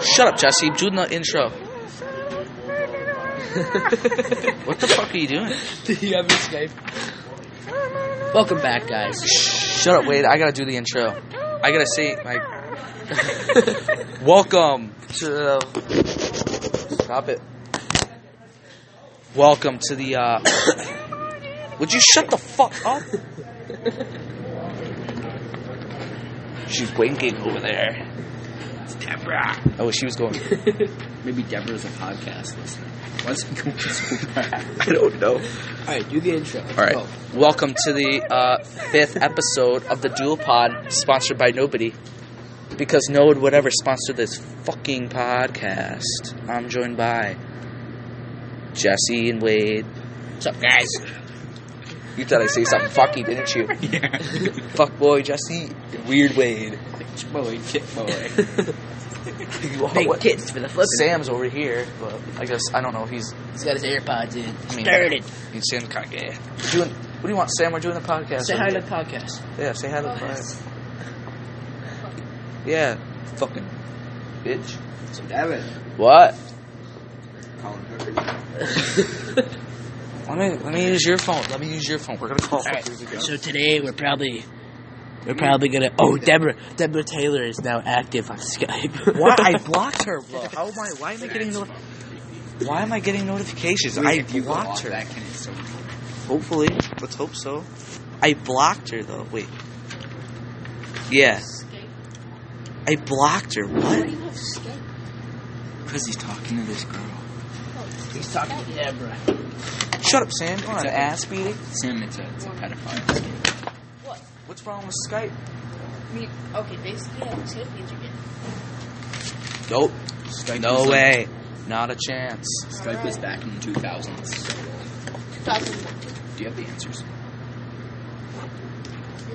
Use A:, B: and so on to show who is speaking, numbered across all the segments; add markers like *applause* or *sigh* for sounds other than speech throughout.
A: Shut up, Jesse. Do the intro. *laughs* What the fuck are you doing?
B: Do *laughs* you have escape? Welcome back, guys.
A: Shut up, wait. I gotta do the intro. I gotta say, like, *laughs* welcome to. Stop it. Welcome to the. uh... *coughs* Would you shut the fuck up? She's winking over there.
B: It's Deborah.
A: I wish she was *laughs* going.
B: Maybe Deborah's a podcast listener. What's it
A: *laughs*
B: going so
A: I don't know.
B: All right, do the intro.
A: All right. Welcome to the uh, fifth episode of the Dual Pod, sponsored by nobody, because no one would ever sponsor this fucking podcast. I'm joined by Jesse and Wade.
B: What's up, guys?
A: You thought I say something fucky, didn't *laughs* you?
B: Yeah.
A: Fuck boy, Jesse. Weird Wade.
B: Bitch boy, chick
A: *laughs*
B: boy.
A: You are
B: Big
A: what-
B: tits for the flip.
A: Sam's over here, but I guess I don't know. He's
B: He's got his AirPods in.
A: I mean-
B: Started.
A: he's Sam's kind of gay. We're Doing, what do you want, Sam? We're doing the podcast.
B: Say hi to the podcast.
A: Yeah, say hi to the podcast. Yeah, fucking bitch.
B: So, Devin.
A: What?
B: Colin Hooker.
A: *laughs* Let me let me use your phone. Let me use your phone. We're gonna call.
B: All right.
A: fuckers again.
B: So today we're probably
A: Hmm.
B: we're probably gonna. Oh, Deborah Deborah Taylor is now active on Skype. *laughs*
A: Why I blocked her, bro? How am I? Why am I getting? No- why am I getting notifications? I blocked her.
B: can be so
A: Hopefully, let's hope so. I blocked her though. Wait. Yeah. I blocked her. What?
C: you have Skype?
A: Because he's talking to this girl.
B: He's talking to Deborah.
A: Shut up, Sam. Come on, ass beating.
B: Sam, it's a, it's a pedophile.
C: What?
A: What's wrong with Skype?
C: I mean, okay, basically, I have Skype means you're getting.
A: Nope.
B: Skype
A: No way. Not a chance.
B: Skype was back in the 2000s.
C: 2001.
B: Do you have the answers?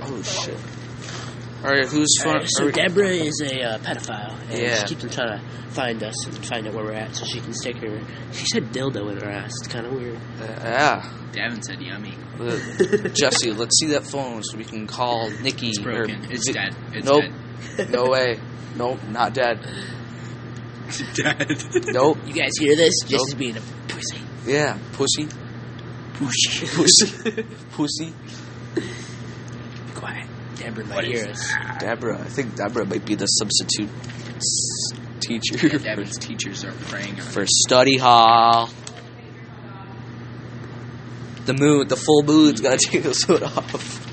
A: Oh
C: *laughs*
A: shit. All right, who's
B: All
A: fun?
B: right, so Deborah is a uh, pedophile, and
A: Yeah.
B: she keeps on trying to find us and find out where we're at, so she can stick her. She said dildo in her ass. It's kind of weird.
A: yeah. *laughs*
D: Davin said yummy.
A: Uh, Jesse, let's see that phone so we can call Nikki.
D: It's broken.
A: or-
D: it's
A: Zi-
D: dead. It's
A: nope. No way. Nope. Not dead.
D: dead. It's
A: *laughs*
D: dead.
A: Nope.
B: You guys hear this? Just
A: Nope.
B: as being a pussy.
A: Yeah. Pussy. *laughs*
B: Pussy.
A: Pussy. Pussy.
B: Be quiet. Deborah might
D: What is
B: hear us.
A: Deborah. I think Deborah might be the substitute s- teacher
D: Davin's teachers are praying on
A: for study hall. The moon, the full moon's gotta *laughs* take the hood off.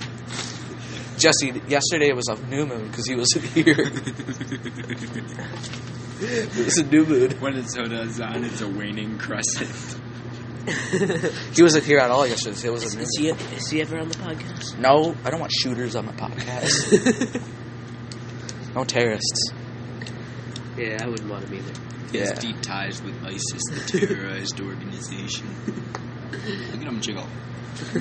A: Jesse, yesterday was a new moon because he wasn't *laughs* here. it was a new moon.
D: *laughs* When the soda's on, it's a waning crescent.
B: *laughs*
A: He wasn't here at all yesterday. so It was a new
B: Is he, is he ever on the podcast?
A: No, I don't want shooters on my podcast. *laughs* no terrorists.
B: Yeah, I wouldn't want him either.
D: He has
A: Yeah.
D: deep ties with ISIS, the terrorized organization. Look at him jiggle.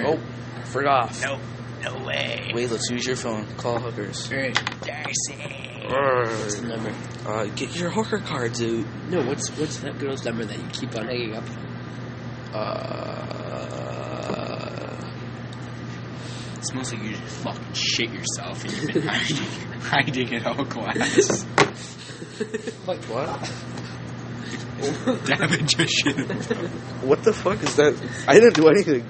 A: Oh, frick off.
B: No, no way.
A: Wait, let's use your phone. Call hookers.
B: All right, Darcy. What's the
A: Uh,
B: number?
A: get your hooker cards out.
B: No, what's what's that girl's number that you keep on hanging up? on?
A: Uh,
D: It smells like you just fucking shit yourself and you've been hiding, *laughs* hiding it all class.
A: like what?
D: Davin just shit himself.
A: What the fuck is that? I didn't do anything.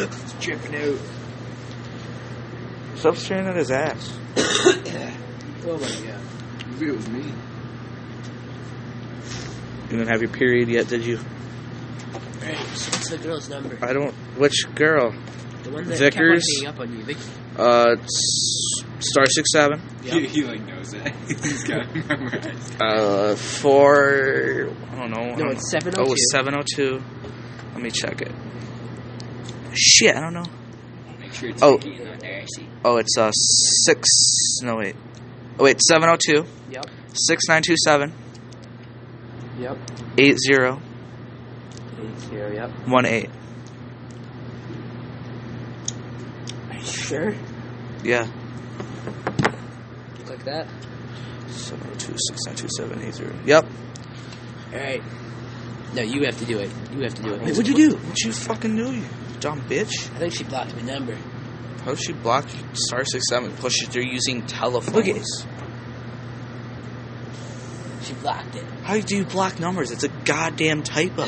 B: It's dripping out.
A: Stop staring at his ass.
B: Oh my god.
D: Maybe it was me.
A: You didn't have your period yet, did you?
B: All right, so what's the girl's number?
A: I don't. Which girl?
B: The one that
A: Vickers.
B: kept on hanging up on you. Vic-
A: Uh, s- star six seven.
D: He, he like knows it. *laughs* He's got it memorized.
A: Uh, four. I don't know. I
B: No,
A: don't
B: it's seven
A: Oh,
B: oh
A: it
B: two.
A: was 702. Let me check it. Shit, I don't know.
D: Make sure it's
A: Oh.
D: Nikki and not Darcy.
A: Oh, it's uh 6 no wait. Oh, wait, 702
B: Yep.
A: 6927
B: Yep.
A: 8018.
B: Eight zero. Yep. Are you sure?
A: Yeah.
B: Like that.
A: 702 6927 80. Yep.
B: All right. No, you have to do it. You have to do it.
A: What'd you do? What you fucking do, you dumb bitch?
B: I think she blocked my number.
A: How does she block star six seven? Plus, she- they're using telephones.
B: Look at- She blocked it.
A: How do you block numbers? It's a goddamn typo.
B: *laughs*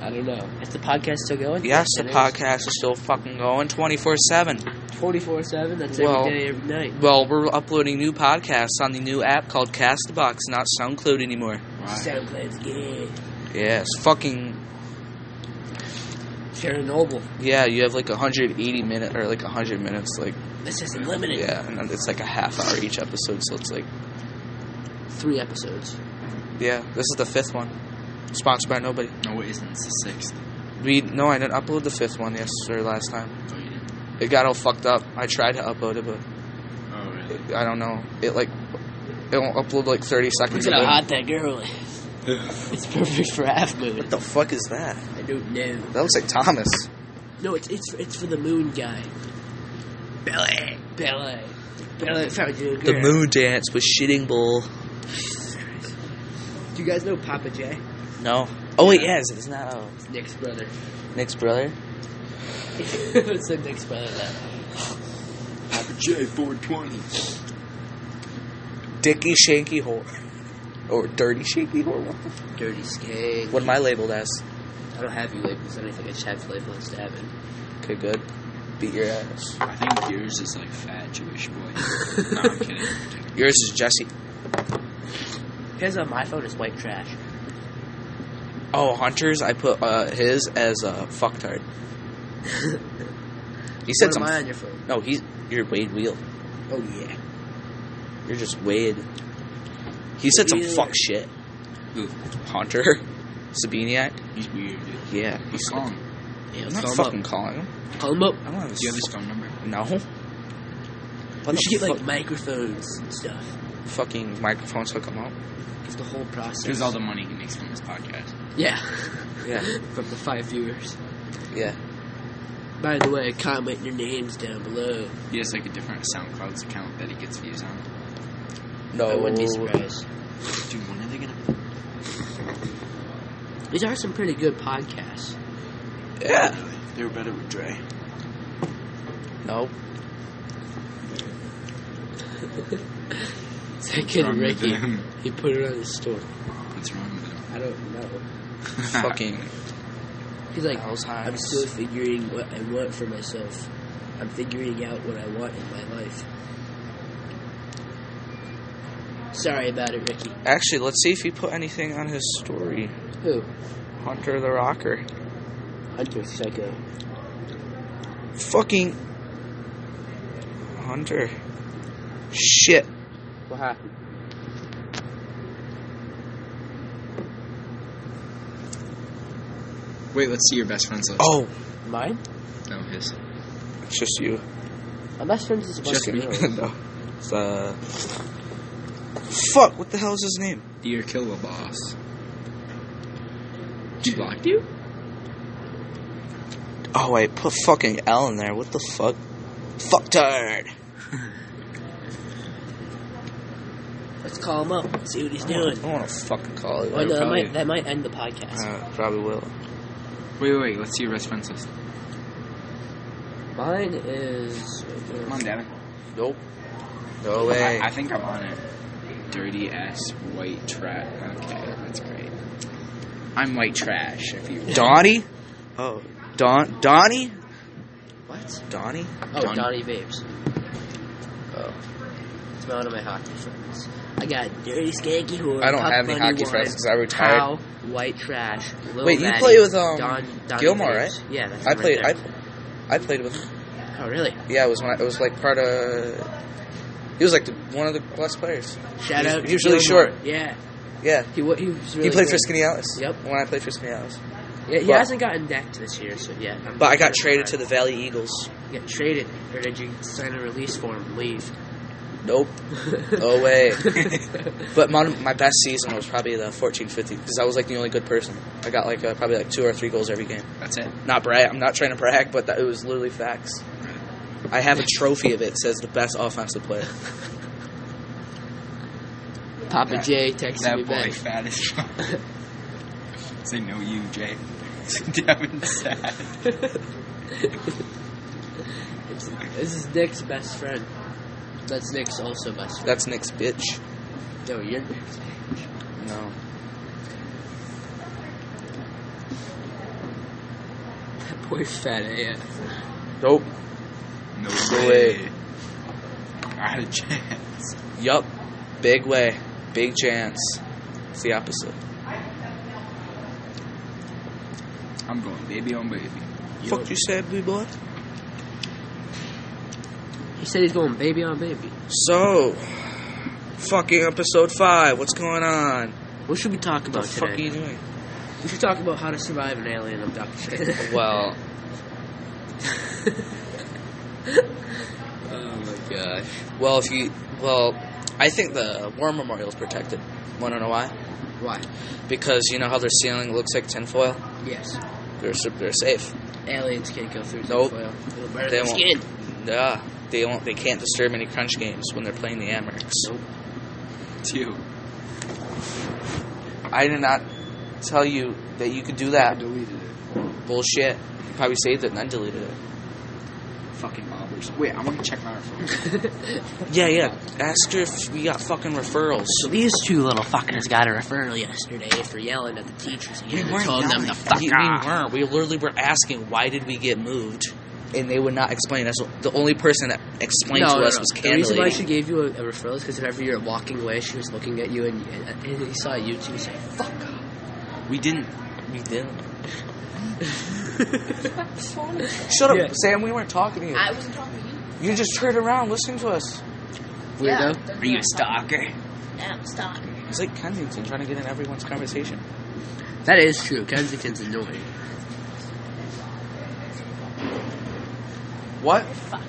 B: I don't know. Is the podcast still going?
A: yes, *laughs* the podcast is still fucking going twenty four seven.
B: Twenty four seven. That's
A: Well-
B: every day, every night.
A: Well, we're uploading new podcasts on the new app called Castbox, not SoundCloud anymore.
D: Why?
B: SoundCloud's
A: Yes, fucking
B: yeah. Chernobyl.
A: yeah. You have like hundred eighty minutes or like hundred minutes, like
B: This is unlimited.
A: yeah, and then it's like a half hour each episode. So it's like
B: Three episodes.
A: yeah, this is the fifth one, sponsored by nobody.
D: No, it isn't. It's the sixth.
A: We no, I didn't upload the fifth one yesterday last time.
D: No, Oh, you didn't.
A: It got all fucked up. I tried to upload it, but
D: Oh, really?
A: it, I don't know. It like it won't upload like thirty seconds.
B: Look at
A: of
B: how
A: it.
B: hot that girl *laughs* is. It's perfect for half moon.
A: What the fuck is that?
B: I don't know.
A: That looks like Thomas.
B: No, it's it's it's for the moon guy. Billy, Billy, Billy found you a girl.
A: The moon dance with shitting bull.
B: Do you guys know Papa J?
A: No. Oh wait, yes, it's not uh,
B: It's Nick's brother. *laughs*
A: Nick's brother.
B: it's the Nick's brother now.
D: Papa J, 420.
A: Dicky Shanky Whore. Or Dirty Shanky Whore.
B: Dirty skank.
A: What am I labeled as?
B: I don't have you labeled as anything. I just have labeled as Devin. *laughs*
A: Okay, good. Beat your ass.
D: I think yours is like fat Jewish boy. no, I'm kidding.
A: Yours is Jesse.
B: His on my phone is white trash.
A: Oh, Hunter's, I put uh, his as a uh, *laughs* fucktard. He said
B: what am
A: something.
B: I on your phone?
A: No, he's you're Wade Wheel.
B: Oh yeah.
A: You're just Wade. He said some
B: Wheeler.
A: fuck shit.
D: Who?
A: Hunter, Sabiniak.
D: He's weird, dude.
A: Yeah,
D: What's wrong? Do
B: Yeah,
A: I'm
B: let's
A: not
B: call him
A: fucking calling him.
B: up. Call him up.
A: I don't have
D: you have his phone number?
A: No. What
B: We
A: the
B: should get
A: fuck?
B: like microphones and stuff.
A: fucking microphones hook him up.
B: It's the whole process.
D: Here's all the money he makes from this podcast.
B: yeah.
A: Yeah,
B: *laughs* From the five viewers.
A: yeah.
B: By the way, comment your names down below.
D: He has like a different SoundCloud's account that he gets views on.
A: No,
B: I wouldn't be surprised.
D: Dude, when are they gonna?
B: These are some pretty good podcasts. *laughs*
A: Yeah.
D: They were better with Dre.
A: *laughs* No.
B: That kid
D: Wrong with *laughs*
B: Ricky,
D: him.
B: he put it on his store.
D: What's wrong with *laughs* him?
B: I don't know.
A: fucking
B: He's like,
A: Alzheimer's.
B: I'm still figuring what I want for myself. I'm figuring out what I want in my life. Sorry about it, Ricky.
A: Actually, let's see if he put anything on his story.
B: Who?
A: Hunter the Rocker.
B: Hunter Psycho.
A: Fucking Hunter. Shit.
B: What happened?
D: Wait, let's see your best friend's list.
A: Oh,
B: Mine?
D: no, his.
A: it's just you.
B: My best friend is supposed
D: Just
B: to
D: me.
B: know.
A: no. It's, uh. Fuck. What the hell is his name?
D: Dear Killer Boss. He blocked you?
A: Oh, I put fucking L in there. What the fuck? Fucktard.
B: Let's call him up. See what he's doing.
A: I want to fucking call it.
B: Oh no, that
D: probably-
B: might that might end the podcast.
A: Uh, probably will.
D: Wait, wait, wait. Let's see your best friend's list.
B: Uh, Mine is.
D: Come on, Devin.
A: Nope. No way.
D: I, I think I'm on it. Dirty ass white trash. Okay, that's great. I'm white trash, if you will.
A: Donnie? Oh, Don Donnie?
B: What?
A: Donnie?
B: Oh,
D: Donnie.
B: Donnie Vapes.
A: Oh.
B: It's one of my hockey friends. I got dirty skanky whore.
A: I don't
B: Puck
A: have any
B: Bunny
A: hockey friends
B: Wine,
A: 'cause I retired.
B: How, white trash. Lil
A: Wait, you
B: Natty,
A: play with, um,
B: Donnie
A: Gilmore,
B: Vapes. Yeah, that's
A: I
B: him
A: played. I,
B: Right
A: I played with.
B: there. oh really?
A: Yeah, it was when I, it was like part of. He was like the, one of the best players.
B: Shout
A: He's
B: out. to
A: usually
B: Gilmore.
A: short.
B: Yeah,
A: Yeah,
B: he wa- he was really.
A: he played for
B: good.
A: Skinny Alice.
B: Yep.
A: When I played for Skinny Alice,
B: Yeah, he
A: but-
B: hasn't gotten decked this year, so yeah. I'm
A: but I got
B: kinda
A: traded to
B: surprised.
A: the Valley Eagles.
B: You got traded, or did you sign a release form
A: *laughs*
B: and leave?
A: Nope. No
B: *laughs*
A: way. But my, my best season was probably the fourteen fifty because I was like the only good person. I got like uh, probably like two or three goals every game.
D: That's it.
A: Not brag. I'm not trying to brag, but that, it was literally facts. I have a trophy of it. it says the best offensive player.
B: Papa
D: That-
B: J texted
D: That
B: me
D: boy
B: back.
D: fat as fuck. *laughs* Say no, you Jay. Devin's sad.
B: It's, this is Nick's best friend. That's Nick's also best friend.
A: That's Nick's bitch. *laughs*
B: No, you're Nick's.
A: No.
B: That boy fat AF.
A: Nope.
D: No
A: No way.
D: way. I had a chance.
A: Yup. Big way. Big chance. It's the opposite.
D: I'm going baby on baby.
A: Fuck you said, we boy.
B: He said he's going baby on baby.
A: So, fucking episode five. What's going on?
B: What should we talk about
A: What the fuck are
B: today?
A: you doing?
B: We should talk about how to survive an alien abduction.
A: *laughs* Well,
B: *laughs* oh my gosh.
A: well, if you, well, I think the war memorial is protected. Want to know why?
B: Why?
A: Because you know how their ceiling looks like tinfoil.
B: Yes.
A: They're s- they're safe.
B: Aliens can't go through
A: Nope.
B: tinfoil. It'll burn
A: They
B: their
A: won't.
B: skin.
A: Yeah, they won't. They can't disturb any crunch games when they're playing the Amex.
B: Nope.
D: Two.
A: I did not tell you that you could do that.
D: deleted it.
A: Bullshit. You probably saved it and then deleted it.
D: Fucking bobbers. Wait, I want to check my phone.
A: *laughs* Yeah, yeah. Ask her if we got fucking referrals.
B: So these two little fuckers got a referral yesterday for yelling at the teachers again. and told them to fuck
A: we,
B: off.
A: We weren't. We literally were asking why did we get moved, and they would not explain. That's what- the only person that explained to us was
B: The
A: Candle
B: reason why
A: Lady.
B: she gave you a, a referral is because whenever you were walking away, she was looking at you, and, and, and he saw you two say, "Fuck off."
D: We didn't.
A: we didn't. Shut
B: Yeah.
A: Sam. We weren't talking to
C: I wasn't talking to you.
A: You just turned around listening to us.
C: Yeah,
B: Weirdo.
C: that's
D: Are you a
C: what I
D: stalker?
C: thought. Yeah, I'm stalking.
A: It's like Kensington trying to get in everyone's conversation.
B: That is true. Kensington's annoying.
A: What?
C: Fuck.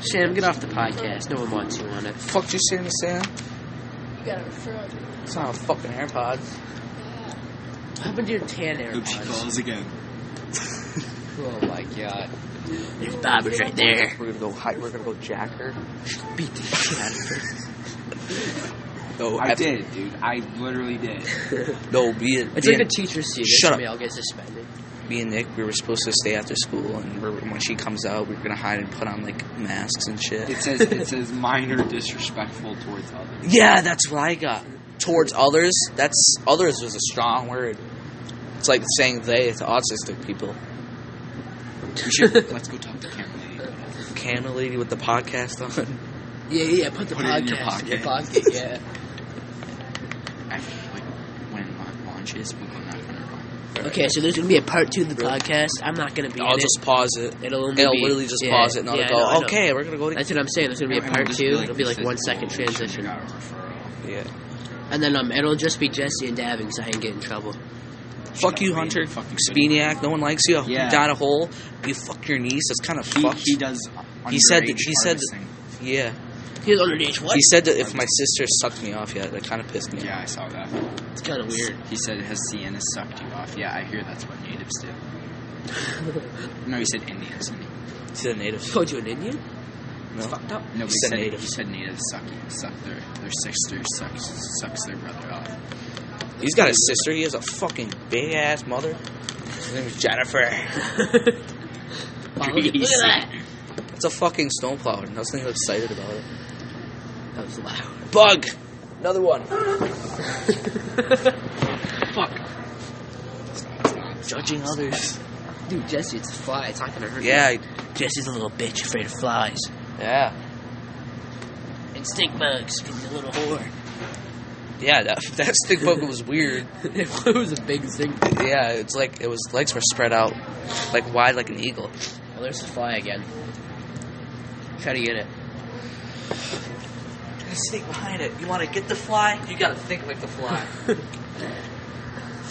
B: Sam, get off the podcast. No one wants you on it.
A: Fuck you, Sam. Sam.
C: You got a referral.
A: It's not a fucking AirPod.
C: Yeah.
B: What happened to your tan
D: Oops, she
B: AirPods?
D: calls again.
B: Oh my god. There's Bobbers right there.
A: We're gonna go hide. We're gonna go jack her.
B: Beat the shit out of her.
A: No,
D: I did, dude. I literally did.
A: No, be it.
B: It's
A: be
B: like a
A: it-
B: teacher's seat.
A: Shut
B: Shut
A: up.
B: me, I'll get suspended.
A: me and Nick, we were supposed to stay after school, and we're, when she comes out, we are gonna hide and put on like masks and shit.
D: It says *laughs* it says minor disrespectful towards others.
A: Yeah, that's what I got. Towards others, that's others was a strong word. It's like saying they to autistic people.
D: We should *laughs* let's go talk to Cameron Lady.
A: Camera lady with the podcast on.
B: Yeah, yeah, put the
D: Put it in your
B: podcast in your
D: pocket.
B: pocket. Yeah.
D: After like when la- launches, we go knock on her door.
B: Okay, so there's gonna be a part two of the podcast. I'm not gonna be
A: I'll
B: in
A: just pause it.
B: it. It'll only
A: It'll
B: be-
A: literally just
B: yeah,
A: pause it and I'll
B: yeah, I
A: go,
B: know, I know.
A: okay, we're gonna go to.
B: That's what I'm saying. There's gonna be a
D: And we'll
B: part
D: just
B: two. It'll be like
D: this
B: one
D: is
B: second
D: bullshit.
B: transition,
D: Got a referral.
A: Yeah.
B: and then um, it'll just be Jesse and Davin because I ain't getting in trouble.
A: Fuck you, Hunter.
D: Fuck you,
A: Spiniak, no one likes you.
D: Yeah.
A: You down a hole. You fuck your niece. That's kind of
D: He,
A: fucked.
D: he does.
A: He said
D: underage
A: that- he said-
D: harvesting.
A: yeah.
B: He's underage. What?
A: He said that if my sister sucked me off, yeah, that kind of pissed me off.
D: Yeah, I saw that.
B: it's kind of weird. *laughs*
D: He said, "Has Sienna sucked you off?" Yeah, I hear that's what natives do. no, he said Indians. didn't he?
A: to the natives.
B: Called you an *laughs* Indian?
A: No.
B: Fucked up.
A: He
D: No, he
A: said
D: said,
A: natives.
D: he said natives suck suck their their sister sucks sucks their brother off.
A: He's got a sister. He has a fucking big ass mother. His name is Jennifer.
B: Wow, look, at, look at that.
A: It's a fucking snowplow. and Nothing excited about it.
B: That was loud.
A: Bug. Another
B: *laughs*
A: one.
D: Fuck. Stop, stop, stop.
A: Judging others.
B: Dude, Jesse, it's a fly. It's not gonna hurt.
A: Yeah. I-
B: you. Jesse's a little bitch, afraid of flies
A: Yeah.
B: and stink bugs. 'cause he's a little whore.
A: Yeah. That, *laughs* that stick bug was weird.
B: *laughs* it was a big stink. bug.
A: Yeah. It's like it was legs were spread out, like wide, like an eagle.
B: Well, there's the fly again. Try to get it.
A: Sneak behind it. You want to get the fly? You gotta think like the fly.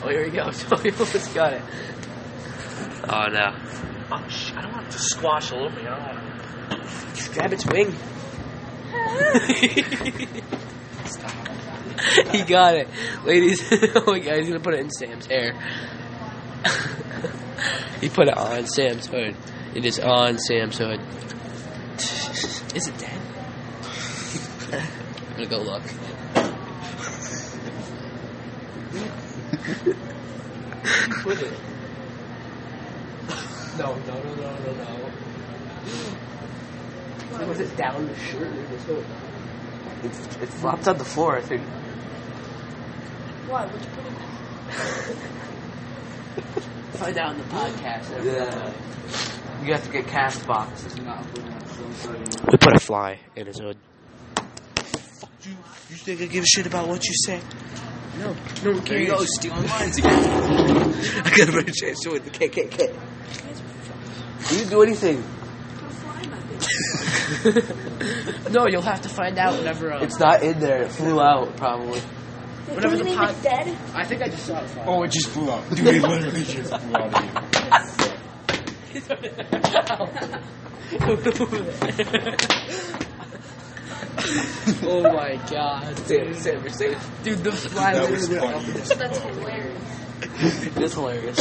B: Oh, here we go. *laughs* Tony almost got it.
A: oh no. Oh, sh- I don't want it to squash all over me. I don't want
B: Just grab its wing. he got it. Ladies, *laughs* oh my god, he's gonna put it in Sam's hair. *laughs* he put it on Sam's hood. It is on Sam's hood. Is it dead? *laughs* I'm gonna go look. *laughs*
A: it.
B: No, no, no, no, no, no. Was it down the shirt? It was going-
A: It, it flopped on the floor, I think.
C: Why? What'd you put in there?
B: Find out on the podcast. everybody.
A: Yeah. You have to get cast boxes.
B: They put a fly in his hood.
A: You, you think I give a shit about what you say?
D: No, no, there you go, stealing lines again.
A: *laughs* I gotta write a chance to win the KKK. You didn't do anything.
B: No, you'll have to find out whenever. Um,
A: It's not in there. It flew out, probably.
B: Whatever the pot-
C: dead.
B: I think I just saw a fly. *laughs*
D: Oh, it just flew *laughs* out. Dude, it literally just flew out of you.
B: oh my god.
A: Sam, Sam, you're safe.
B: Dude, the fly
D: That was
B: literally
D: funny. as
C: That's
D: fuck.
C: hilarious.
A: It's hilarious.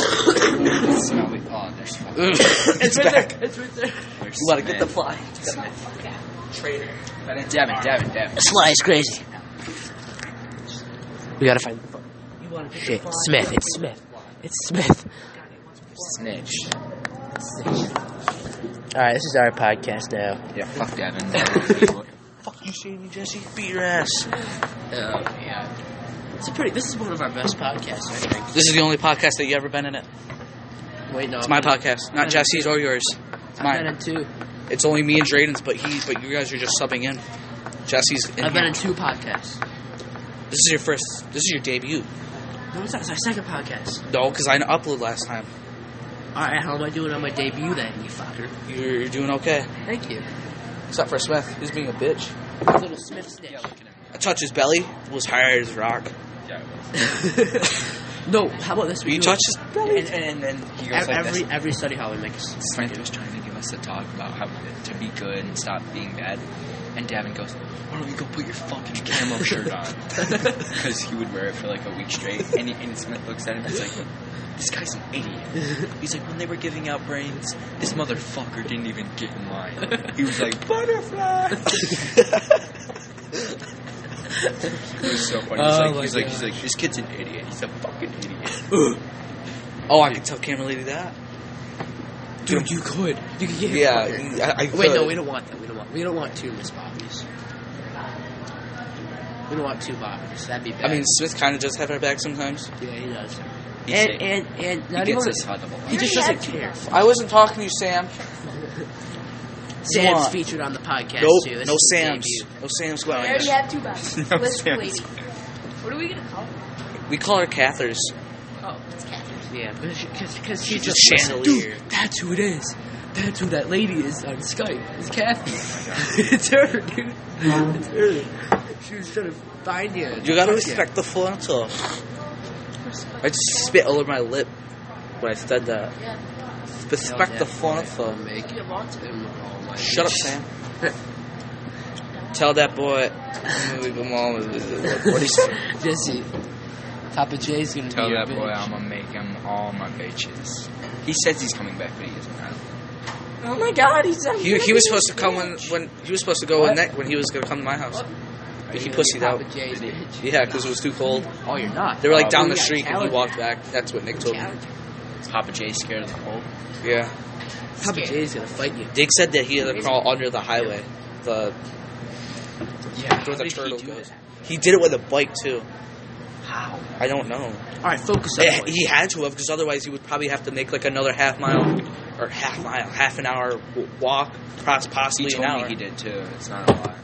D: Smelly. Oh, there's fucking.
A: *coughs* it's
B: right
A: back.
B: there. It's right there.
D: There's
A: You wanna get the
D: Smith.
A: fly?
B: Traitor.
D: Devin, Devin, Devin, Devin.
B: This fly is crazy. We gotta find the fly. You wanna pick Shit, Smith. It's Smith. It's Smith.
D: Snitch.
B: Alright, this is our podcast now.
D: Yeah, fuck Devin. Devin.
A: Fuck you, Sammy Jesse. Beat your ass.
B: yeah. It's a pretty. This is one of our best podcasts, I think.
A: This is the only podcast that you ever been in it.
B: Wait, no.
A: It's my podcast, not Jesse's or yours. It's
B: I've been
A: mine.
B: in two.
A: It's only me and Drayden's, but he, but you guys are just subbing in. Jesse's in
B: I've been
A: here.
B: in two podcasts.
A: This is your first. This is your debut.
B: No, it's not. It's our second podcast.
A: No, because I didn't upload last time.
B: Alright, how am I doing on my debut then, you fucker?
A: You're, you're doing okay.
B: Thank you.
A: Except for Smith. He's being a bitch.
B: Little Smith snitch. *laughs*
A: I touched his belly. Was hard as a rock.
B: no, how about this? We
A: You
B: do
A: touched
B: it-
A: his belly.
D: and then he
B: ev- every every study hall we make. us-
D: Smith was trying to give us a talk about how to be good and stop being bad. And Davin goes, Why don't you go put your
B: *laughs*
D: fucking camo shirt on? Because he would wear it for like a week straight. And, he, and Smith looks at him and he's like, This guy's an idiot. He's like, When they were giving out brains, this motherfucker didn't even get in line. He was like, Butterfly! it was so funny. He's,
B: Oh
D: like,
B: my
D: he's, like, he's like, This kid's an idiot. He's a fucking idiot.
A: *laughs* Oh, I can tell Cameron Lady that.
B: Dude, you could. You could get him
A: Yeah,
B: fired.
A: I, I
B: Wait, no,
A: could.
B: we don't want that. We don't want. We don't want two Miss Bobbies. We don't want two Bobbies. That'd be bad.
A: I mean, Smith kind of does have our back sometimes.
B: yeah, he does.
D: He's
B: and,
D: sick.
B: and and
D: He
B: not
D: gets
B: even.
D: us out of the
B: He just
C: You're
B: doesn't care.
A: I wasn't talking to you, Sam.
B: Sam's
A: want-
B: featured on the podcast
A: Nope,
B: too. This
A: no
B: is his
A: Sam's.
B: debut.
A: No Sam's
C: I
A: allowed.
C: already have two bodies.
D: No
C: List
D: sense.
C: lady. What are we gonna call her?
A: We call her Cathers.
C: Oh, it's Catherine.
B: Yeah, because because she's
A: She's
B: just
A: a
B: like,
A: chandelier.
B: Dude, that's who it is. That's who that lady is on Skype. It's
A: Oh
B: Kathy. *laughs* it's her, dude. It's her. She was trying to find you.
A: You gotta respect the frontal. I just spit all over my lip when I said that.
C: Yeah,
A: Respect the frontal.
B: Make
C: you want to.
B: him all my
A: Shut up, Sam. *laughs* Tell that
B: *laughs*
A: boy. I'm gonna leave him alone with- with- with- What he's
B: Jesse. Papa Jay's gonna
D: Tell
B: be your
D: that boy
B: bitch.
D: I'm gonna make him all my bitches. He says he's coming back, but he isn't. I don't-
C: Oh my god, he's a
A: He, he was supposed to come when, when he was supposed to go
B: What?
A: when that when he was gonna come to my house.
B: Are
A: But
B: you
A: he
B: gonna
A: pussied
B: be
A: out.
B: Papa Jay's
D: Did he?
B: bitch?
A: Yeah, because it was too cold.
B: Oh, you're not.
A: They were like
D: Oh,
A: down
B: we
A: the
B: got
A: street, and he
B: talented.
A: walked back. That's what Nick told me.
D: Papa Jay's scared of the cold.
A: Yeah,
B: Papa Jay's gonna fight you.
A: Dick said that he had to crawl under the highway. The
D: Yeah,
A: where the turtle goes. He did it with a bike too.
B: How?
A: I don't know.
B: All right, focus on.
A: Eh, He had to have, because otherwise he would probably have to make like another half mile or half mile, half an hour w- walk, pos-
D: He
A: possibly an
D: told
A: hour.
D: me he did too. It's not a lie.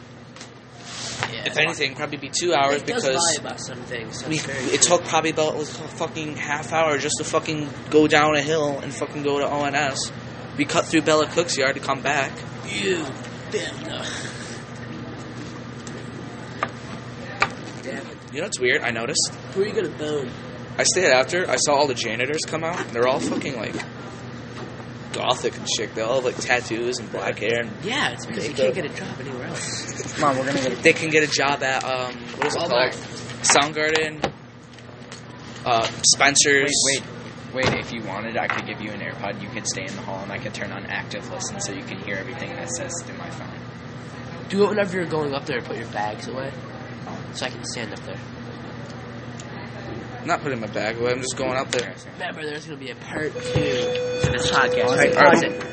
B: yeah.
A: If anything, probably be two hours
B: Nick does
A: because
B: lie about some things.
A: we,
B: That's very
A: it
B: true.
A: took probably about a fucking half hour just to fucking go down a hill and fucking go to ONS. We cut through Bella Cook's yard to come back.
B: You Bella. Damn it.
A: You know what's weird? I noticed.
B: Who are you gonna bone?
A: I stayed after. I saw all the janitors come out. And they're all fucking like gothic and shit. They all have like tattoos and black hair. And
B: Yeah, it's because you
A: Jacob.
B: can't get a job anywhere else.
D: Mom, we're gonna get
A: they can get a job at um what is it called?
B: Walmart.
A: Soundgarden. Uh,
D: Wait,
A: Spencer's.
D: wait, wait. If you wanted, I could give you an AirPod. You could stay in the hall, and I could turn on active listen, so you can hear everything that says through my phone.
B: Do it whenever you're going up there. Put your bags away, so I can stand up there.
A: I'm not putting my bag away. I'm just going out there.
B: Remember, there's gonna be a part two to this podcast.
A: Alright,
B: Pause
A: alright.
B: it.